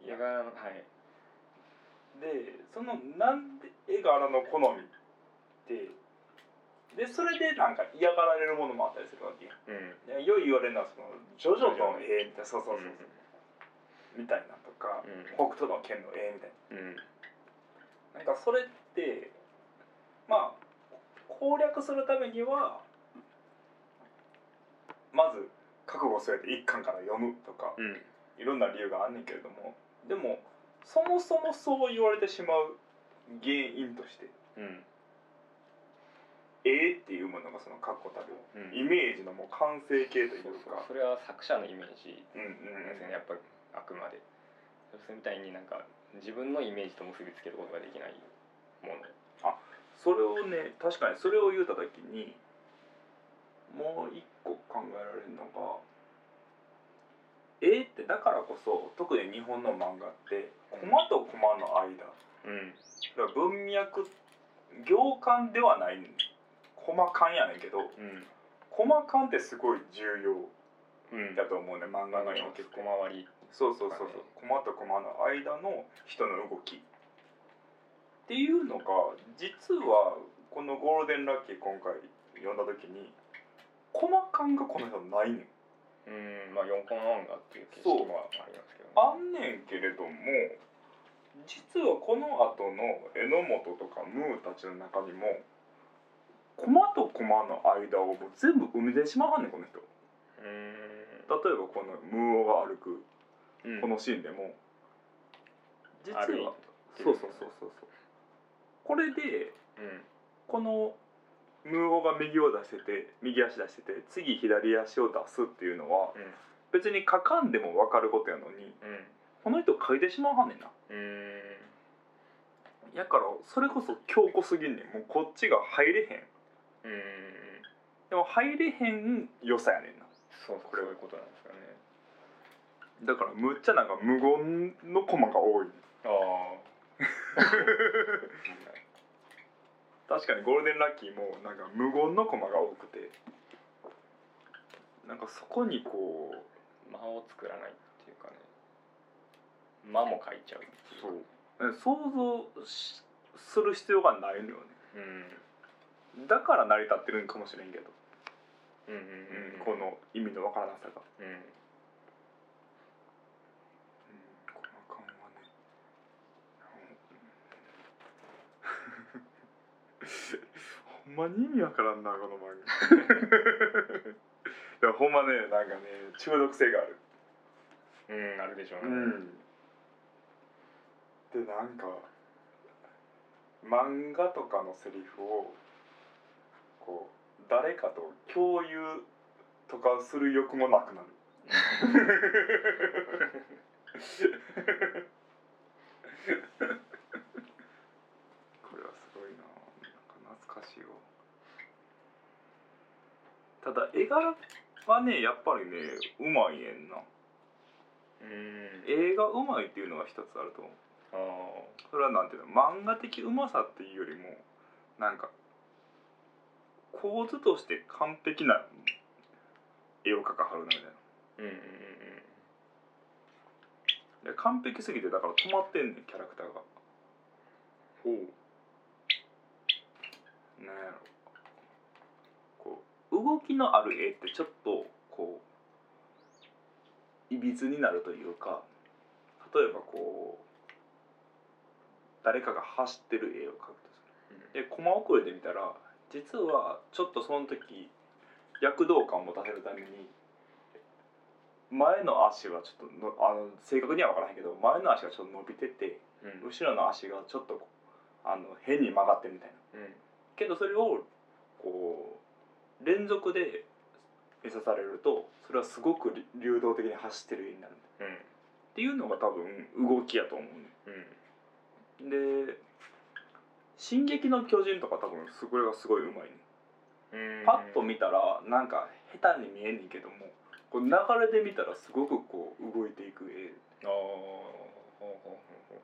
C: いやはい
D: でそのなんで絵柄の好みってでそれでなんか嫌がられるものもあったりするわけよ
C: うん
D: でよい言われるのはその「ジョジョの絵」みたいなそうそうそうそう、みたいなとか、北斗の拳の絵みたい
C: うんうん
D: ななんかそれってまあ攻略するためにはまず覚悟するて一巻から読むとか
C: うん
D: いろんな理由があんねんけれどもでもそもそもそう言われてしまう原因として
C: うん
D: 絵っていうものがその確固たる
C: うん
D: イメージのもう完成形という
C: そうそう
D: か
C: それは作者のイメージ
D: うんうんうん
C: ですねやっぱあくまでそれみたいになんか自分のイメージと結びつけることができないもの
D: それをね確かにそれを言うた時にもう一個考えられるのが絵ってだからこそ特に日本の漫画ってコマとコマの間
C: うん
D: だから文脈行間ではないねんコマ間やねんけど
C: うん
D: コマ間ってすごい重要
C: うん
D: だと思うね漫画の要件って
C: 小回り
D: そうそうそうそうコマとコマの間の人の動きっていうのが実はこの「ゴールデンラッキー」今回読んだ時にコマ感がこの人ないねん
C: うんまあ4コマ漫画っていう形式もありますけどね
D: あんねんけれども実はこの後の榎本とかムーたちの中にもコマとコマの間をもう全部埋めてしまわんねんこの人例えばこの「ムーオが歩く」
C: うん
D: このシーンでも実は
C: ある
D: そうそうそうそうそうこれで
C: うん
D: このムーオが右を出してて右足出してて次左足を出すっていうのは
C: うん
D: 別に書かんでも分かることやのに
C: うん
D: この人書いてしまわはんねんな
C: うーん
D: やからそれこそ強固すぎんねんもうこっちが入れへん
C: うーん
D: でも入れへん良さやねんな
C: そうそうそういうことなんですかね
D: だからむっちゃなんか無言のコマが多い
C: ああ
D: 確かにゴールデンラッキーもなんか無言のコマが多くてなんかそこにこう
C: 間を作らないっていうかね間も書いちゃうってい
D: そう想像しする必要がないのよ
C: うん
D: ねだから成り立ってるんかもしれんけど、
C: うんうんうんうん
D: この意味のわからなさが、
C: うん
D: うん、この感はね うんほんまに意味わからんなこの漫画 でもほんまねなんかね中毒性がある
C: うんあるでしょうね
G: でなんか漫画とかのセリフをこう誰かと共有とかする欲もなくなる
D: これはすごいななんか懐かしいわただ絵柄はねやっぱりねうまいねんな
C: うん
D: 映画うまいっていうのが一つあると思う
C: ああ
D: それはなんていうの漫画的うまさっていうよりもなんか構図として完璧な絵を描かはるなみた
C: うん
D: い
C: うんうん
D: ないや完璧すぎてだから止まってんねんキャラクターが
C: ほう
D: なんやろこう動きのある絵ってちょっとこういびつになるというか例えばこう誰かが走ってる絵を描くとするでコマ遅れで見たら実はちょっとその時躍動感を持たせるために前の足はちょっとのあの正確には分からへんけど前の足がちょっと伸びてて
C: うんうん
D: 後ろの足がちょっとこうあの変に曲がってるみたいな。けどそれをこう連続で餌されるとそれはすごくり流動的に走ってる絵になる
C: うん
D: っていうのが多分動きやと思
C: うん
D: うねで「進撃の巨人」とか多分それがすごいうまいね
C: うん
D: パッと見たらなんか下手に見えんねんけどもこう流れで見たらすごくこう動いていく絵っ
C: ああほうほうほうほ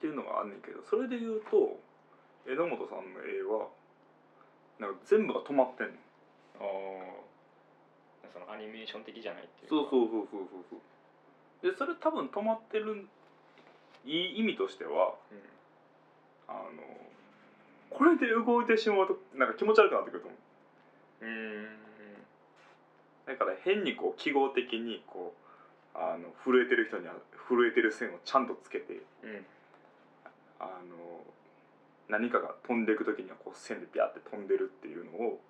D: ていうのがあんねんけどそれで言うと榎本さんの絵はなんか全部が止まってんねん
C: うほうああそのアニメーション的じゃないっていうか
D: そうそうそうそうそうそうでそれ多分止まってるいい意味としては
C: うん
D: あのこれで動いてしまうとなんか気持ち悪くなってくると思
C: うん
D: うだから変にこう記号的にこうあの震えてる人には震えてる線をちゃんとつけて
C: うん
D: あの何かが飛んでいく時にはこう線でビャーって飛んでるっていうのを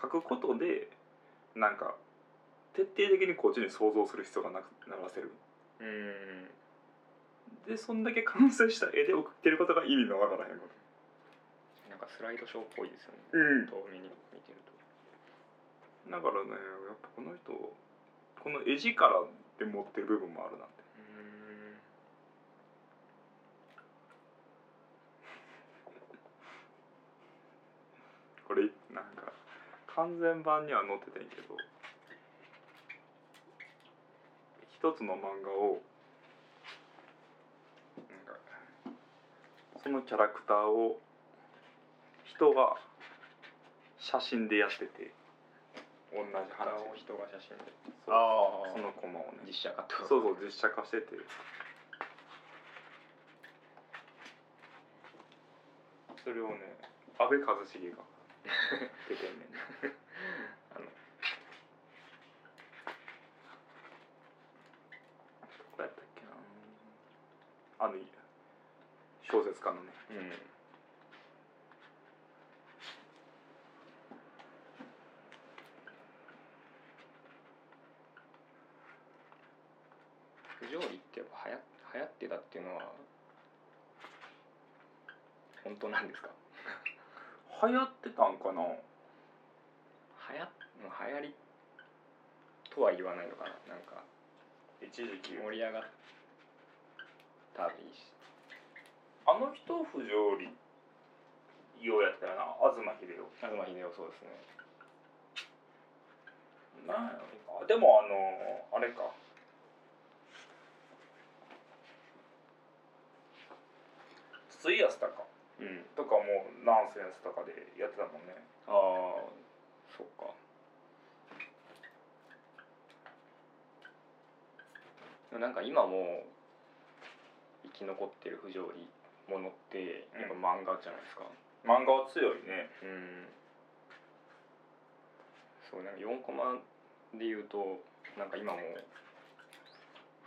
D: 書くことでなんか徹底的にこっちに想像する必要がなくならせる
C: うん
D: でそんだけ完成した絵で送ってることが意味のわからへんこ
C: なんかスライドショーっぽいですよね
D: とうん
C: 遠目に見てると
D: だからねやっぱこの人この絵力で持ってる部分もあるなって
C: うん
D: これなんか完全版には載っててんけど一つの漫画をなんかそのキャラクターを人が写真でやってて同じ話
C: 顔を人が写真で
D: そう
C: あー
D: そのコマをね
C: 実写化ってこと
D: そうそう実写化しててそれをね安倍一茂 が出てんねんな
C: あの
D: どこやったっけなあの小説家のね
C: うん不条理ってやっぱはや流行ってたっていうのは本当なんですか
D: 流行ってたんかな
C: 流行流行りとは言わないのかななんか
D: 一時期
C: 盛り上がったりし
D: あの人不条理ようやったよな東秀夫
C: 東秀夫そうですね
D: なんやろなでもあのあれか筒井康隆
C: うん
D: とかもナンセンスとかでやってたもんね
C: ああそっかでもなんか今も生き残ってる不条理ものってやっぱ漫画じゃないですか、
D: 漫画は強いね
C: うんそうなんか4コマで言うとなんか今も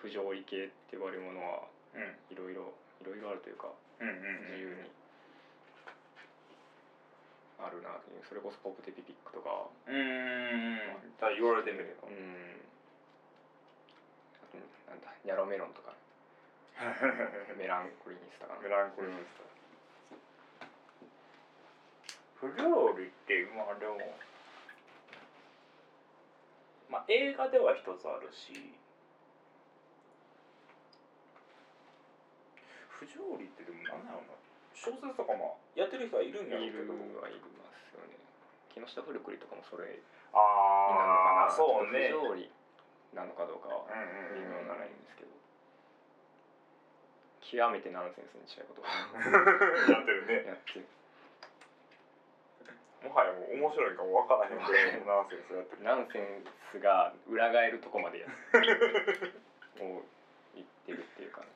C: 不条理系って呼ばれるものは
D: うん
C: いろいろいろいろあるというか
D: うんうん
C: 自由にあるなというそれこそポプテピピックとか
D: うんだから言われてみれば
C: うんあとなんだニャロメロンとかメランコリニスとかな
D: メランコリース不料理ってまあでもまあ映画では一つあるし不条理ってでも何だろうな小説とかまあやってる人はいるんやろう
C: い
D: け
C: る
D: ど
C: はいますよね木下古くりとかもそれになのか
D: あ
C: な
D: あそうね
C: ちょっと不条理なのかどうかは
D: うん
C: 微
D: うん
C: 妙
D: うん
C: なラインですけど極めてナンセンスに近いことを
D: やってるね
C: やってる
D: もはやもう面白いかもわからへんぐらいのナンセンスやってる
C: ナンセンスが裏返るとこまでやもう言ってるっていうかね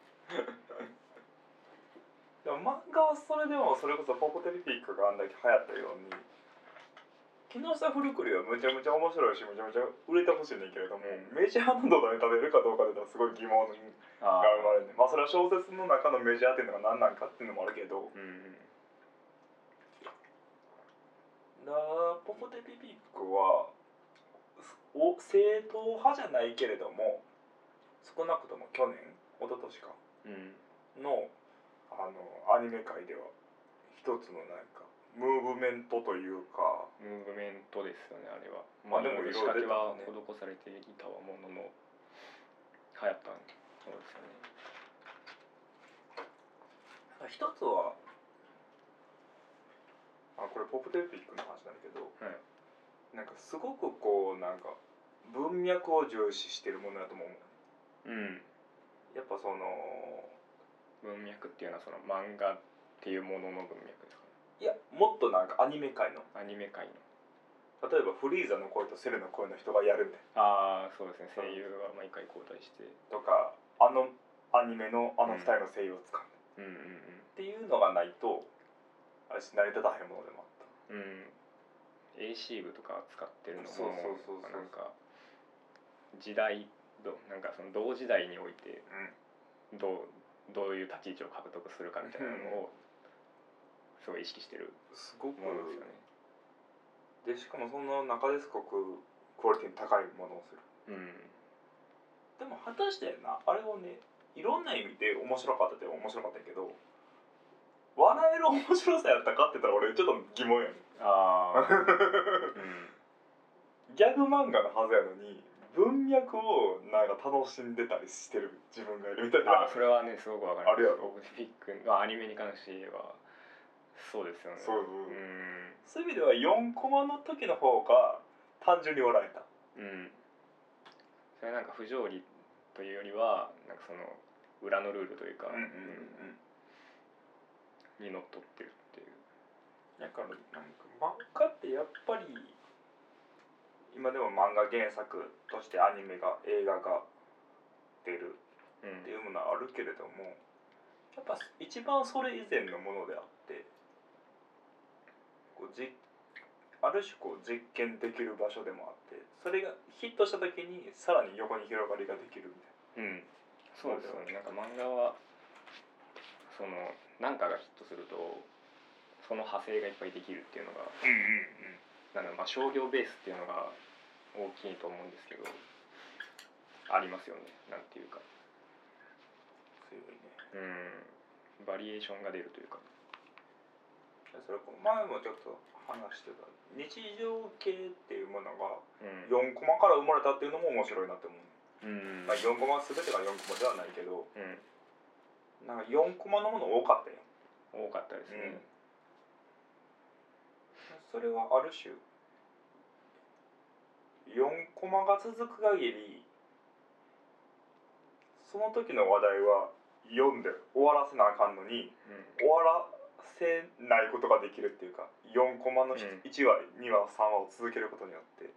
D: でも漫画はそれでもそれこそポコテリピックがあんだけ流行ったように木下フルクリはむちゃむちゃ面白いしむちゃむちゃ売れてほしいねんけれども、メジャーなどで食べるかどうかで言ったらすごい疑問が
C: あ
D: 生まれるねまあそれは小説の中のメジャーっていうのが何なんかっていうのもあるけど
C: ーうん
D: だポコテリピックはお正統派じゃないけれども少なくとも去年一昨年か
C: うん
D: のあのアニメ界では一つのなんかムーブメントというか
C: ムーブメントですよねあれは
D: まあ
C: まあでも
D: でもい
C: 仕
D: ろいろ
C: 掛けは
D: 出たもんね
C: 施されていたはものの流行ったんですよね
D: 一つはあこれポップテピックの話なんだけど、
C: はい
D: なんかすごくこうなんか文脈を重視してるものだと思う
C: うん
D: やっぱその
C: 文脈っていうのはその漫画っていうものの文脈ですか
D: いやもっとなんかアニメ界
C: ね
D: の
C: アニメ界の
D: 例えばフリーザの声とセルの声の人がやるみたい
C: ああそうですね声優が毎回交代して
D: なとかあのアニメのあの二人の声優を使
C: うん
D: う、っ
C: うん
D: ていうのがないとあれし成り立たへんものでもあった
C: うんうん AC 部とか使ってるのも
D: そうそうそうそう
C: なんか時代どなんかその同時代においてどうどういう立ち位置を獲得するかみたいなのをすごい意識してる
D: すごく
C: ものですよね。
D: でしかもその中ですごくクオリティの高いものをする
C: うん
D: でも果たしてやなあれをねいろんな意味で面白かったって面白かったけど笑える面白さやったかって言ったら俺ちょっと疑問 やね
C: ああ、
D: ギャグ漫画のはずやのに文脈をなんか楽しんでたりしてる自分がいるみたい
C: あ
D: な
C: それはねすごくわかります
D: あれやろ
C: オブフィック、まあ、アニメに関して言えばそうですよね
D: そ
C: う
D: うそ
C: うん
D: うそういう意味では4コマの時の方が単純に笑えた
C: うんそれはなんか不条理というよりはなんかその裏のルールというか、
D: ん
C: にのっとってるっていう
D: だからなんか漫画ってやっぱり今でも漫画原作としてアニメが映画が出る
C: う
D: って
C: ん
D: いうものはあるけれどもやっぱ一番それ以前のものであってこうじある種こう実験できる場所でもあってそれがヒットした時にさらに横に広がりができるみたい
C: うん、そうですよねなんか漫画はその何かがヒットするとその派生がいっぱいできるっていうのが
D: な。うんうん
C: なんだろうまあ商業ベースっていうのが大きいと思うんですけどありますよねなんていうか
D: というよりね
C: うんバリエーションが出るというか
D: それこ前もちょっと話してた日常系っていうものが
C: うん
D: 4コマから生まれたっていうのも面白いなって思
C: う
D: う、
C: ん
D: まあ、4コマ全てが4コマではないけど
C: うん
D: なんか4コマのもの多かったよ、
C: 多かったですね、
D: それはある種4コマが続く限りその時の話題は読んで終わらせなあかんのに
C: うん
D: 終わらせないことができるっていうか4コマの
C: うん
D: 1話2話3話を続けることによって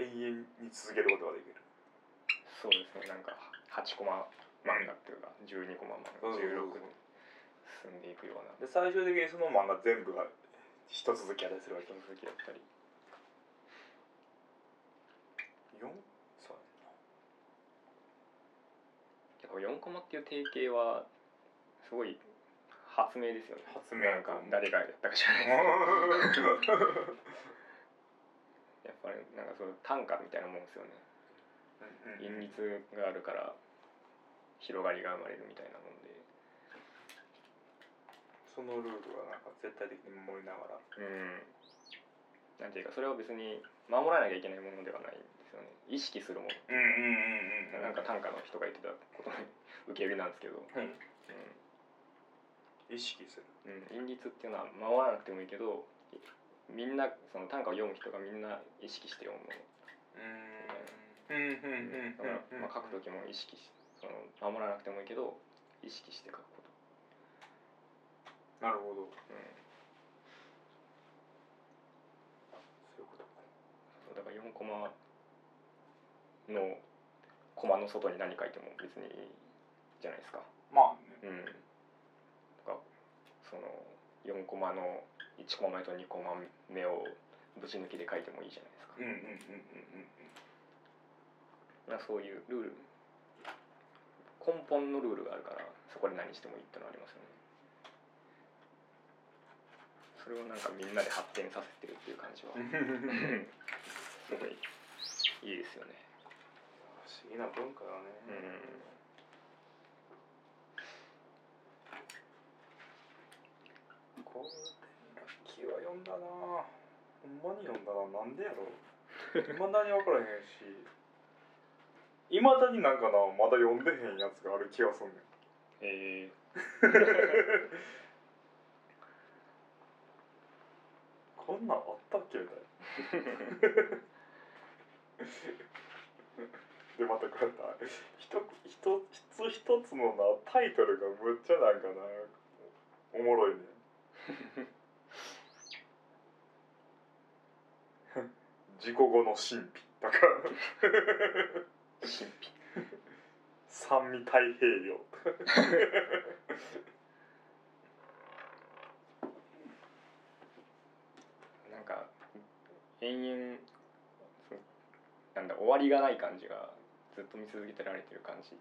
C: うん、
D: 永遠に続けることができる
C: そうですねなんか8コマ漫画っていうか12コマ漫画16に進んでいくような
D: で最終的にその漫画全部が一続きやったりするわけ
C: その時だったり
D: 4そう
C: 結構4コマっていう定型はすごい発明ですよね
D: 発明
C: なんか誰がやったか知らないですけどやっぱりなんかそういう短歌みたいなもんですよね韻律があるから広がりが生まれるみたいなもんで
D: そのルールはなんか絶対的に守りな
C: う
D: がら
C: んなんていうかそれを別に守らなきゃいけないものではないんですよね意識するもの
D: うんうんうん
C: なんか短歌の人が言ってたことの 受け売りなんですけど、
D: はい
C: うん
D: 意識する
C: うん、韻律っていうのは守らなくてもいいけどみんなその短歌を読む人がみんな意識して読むもの
D: うんうんうんうん
C: だから、まあ、書く時も意識しその守らなくてもいいけど意識して書くこ
D: なるほど
C: と、うん、
D: そういうことか
C: そうだから4コマのコマの外に何書いても別にいいじゃないですか
D: まあ
C: う
D: ね
C: んとかその4コマの1コマ目と2コマ目をぶち抜きで書いてもいいじゃないですか
D: うんうんうんうんうん
C: まあ、そういうルール根本のルールがあるからそこで何してもいいってのはありますよねそれをなんかみんなで発展させてるっていう感じは すごいいいですよね
D: 不思議な文化だ
C: う
D: ね
C: ん
D: こうラッキーは読んだなほんまに読んだななんでやろいまだに分からへんしいまだになんかなまだ読んでへんやつがある気がすんねん
C: え
D: こんなんあったっけみたいな でまたこれな一つ一つ一つのなタイトルがむっちゃなんかなおもろ いね事故後の神秘だから
C: 神秘
D: 三味太平洋
C: なんか延々そのなんだ終わりがない感じがずっと見続けてられてる感じ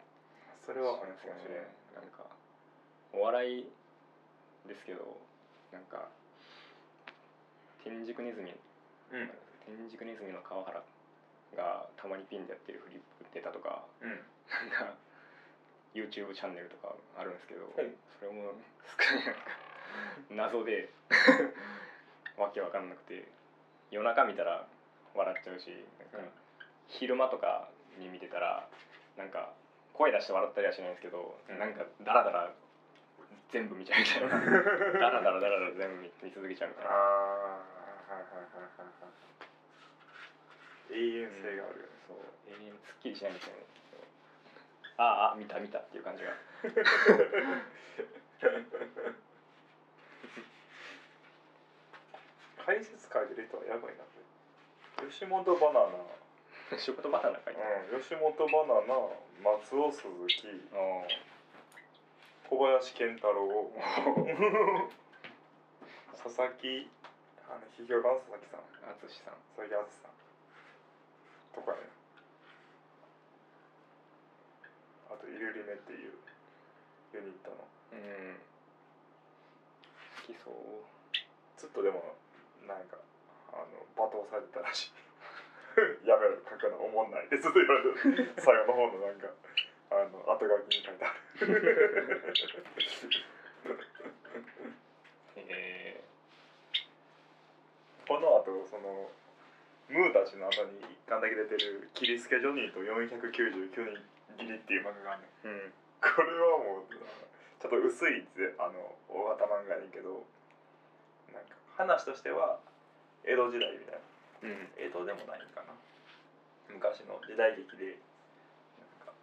D: それ
C: れは
D: はあ
C: あ
D: る
C: る
D: か
C: かも
D: も
C: し
D: し
C: れ
D: れ
C: ない
D: ん
C: なんかお笑いですけどなんか天竺ネズミ、
D: うん
C: 天竺ネズミの川原がたまにピンでやってるフリップ出たとか
D: うん
C: なんか YouTube チャンネルとかあるんですけど、
D: い
C: それも少ないなんか謎で わけわかんなくて夜中見たら笑っちゃうしなんか昼間とかに見てたらなんか声出して笑ったりはしないんですけど、
D: うん
C: なんかダラダラ全部見ちゃうみ たいなダラダラダラダラ全部見見続けちゃうみ
D: ああはいはいはい
C: たいな
D: はいはいはい永遠性があるよね、
C: そう永遠すっきりしないんですよねそうあーあ見た見たっていう感 じが
D: 解説書いてる人はやばいなこれ吉本バナナ、う
C: 仕事バナナ書いてある
D: ん、吉本バナナ松尾鈴木
C: あ
D: 小林健太郎
C: ー
D: 佐々木あの批評家の佐々木さん
C: 淳さん
D: 佐々木敦さんとかねあとイルリメっていうユニットの
C: うん好きそう
D: ずっとでもなんかあの罵倒されてたらし いやめろ書くのおもんないってずっと言われてた最後の方のなんかああの後書きに書いてある
C: え
D: この後そのムーたちの後に一巻だけ出てる「キリスケジョニーと499人ギリ」っていう漫画があるの
C: ー、うん
D: これはもうちょっと薄いぜあの大型漫画やねんけどなんか話としては江戸時代みたいな
C: うん
D: 江戸でもないんかな昔の時代劇でなんか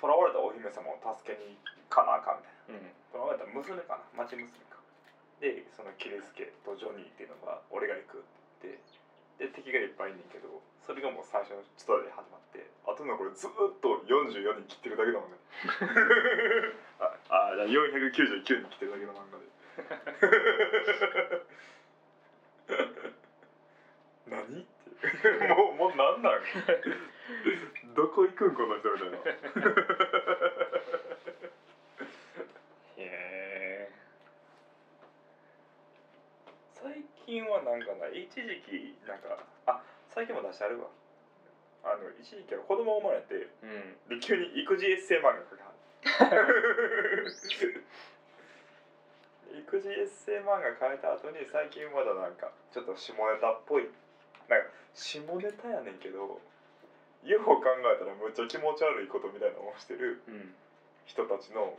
D: 囚われたお姫様を助けに行かなあかんみたいな。
C: うん
D: この前だったら娘かな町娘かでそのキリスケとジョニーっていうのが「俺が行く」って言ってで敵がいっぱいいんねんけどそれがもう最初のストーリーで始まってあとのこれずーっと44人切ってるだけだもんねああじゃあ499人切ってるだけの漫画で何っていうもうもう何なん どこ行くんこの人みたいな
C: へえ
D: 最近はなんかな一時期なんかあ最近も出してあるわあの一時期は子供生まれて
C: うん
D: で急に育児エッセイ漫画書きはる 育児エッセイ漫画書いた後に最近まだなんかちょっと下ネタっぽいなんか下ネタやねんけどよう考えたらむっちゃ気持ち悪いことみたいなのをしてる
C: うん
D: 人たちの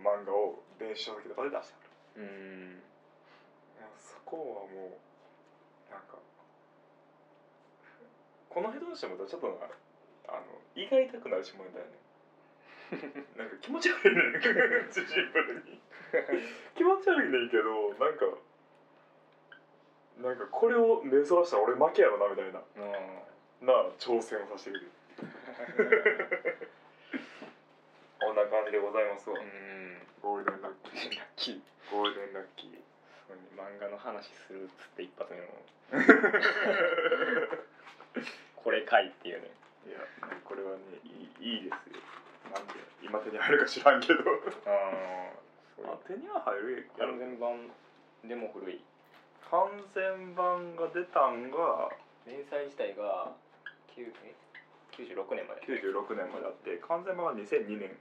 D: 漫画を電子書籍とかで出してある
C: うん
D: まあそこはもうなんかこの辺同士もちょっとなあの胃が痛くなる下ネタや ねなんか気持ち悪いね自分 に気持ち悪いねんけどなんかなんかこれを目指したら俺負けやろなみたいな
C: ああ
D: なあ挑戦をさせてくれるこんな感じでございます わ
C: うん
D: ゴールデンラッキー
C: ラッキー
D: ゴールデンラッキー
C: 漫画の話するっつって一発 目のこれかいっていうね
D: いや、これはね、いいいいですよ。なんで、今手に入るか知らん けど。
C: ああすごい
D: 手には入る
C: 完全版でも古い
D: 完全版が出たんが
C: 連載自体が9え96年まで
D: 96年まであって、完全版は2002年。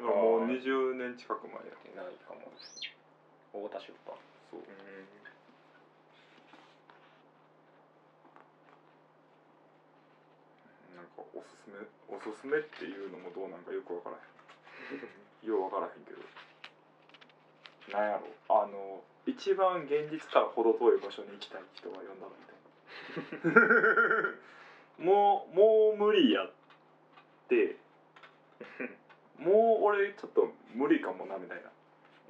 C: あー
D: もう20年近く前や。
C: ってないかもですね太田出版
D: そう。なんかおすすめ、おすすめっていうのもどうなんかよくわからへん。 ようわからへんけど。なんやろあの、一番現実から程遠い場所に行きたい人は呼んだのみたいな。もう、 もう無理やって。もう俺ちょっと無理かもなみたいな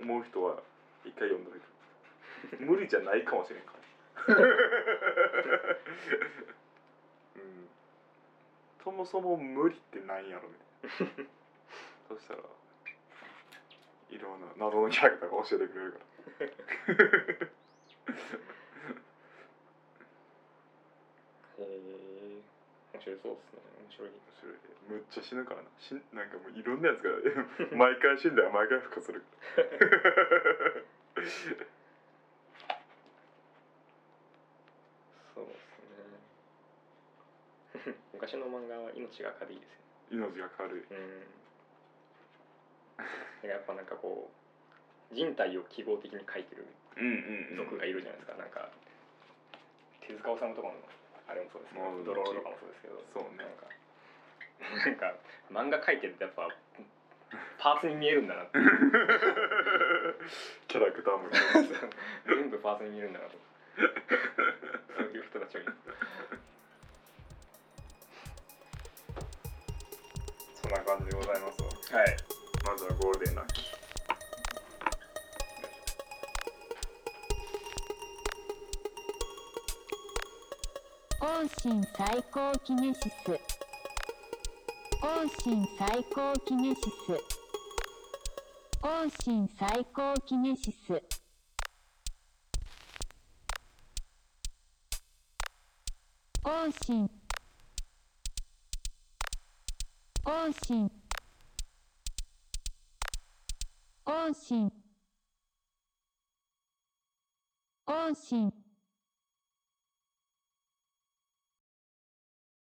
D: 思う人は一回読んだらいい無理じゃないかもしれんからうんそもそも無理ってなんやろみたいなそしたらいろんな謎のキャラクターが教えてくれるから
C: へえ面白そうですね面白い
D: それでむっちゃ死ぬからなしなんかもういろんなやつが 毎回死んだら毎回復活する
C: そうですね 昔の漫画は命が軽いですよ
D: 命が軽い
C: うん。だからやっぱなんかこう人体を記号的に描いてる
D: うんうん
C: 族がいるじゃないですか、なんか手塚治虫とかのあれもそうですけど、
D: うん
C: ドローとかもそうですけど
D: そうね
C: なんかなんか 漫画描いてるとやっぱパーツに見えるんだなって
D: キャラクターも
C: 全部パーツに見えるんだなとそういう人たちを
D: そんな感じでございますわ
C: はい
D: まずはゴールデンラッキー
A: 往診最高キネシス往診最高キネシス往診最高キネシス往診往診往診往診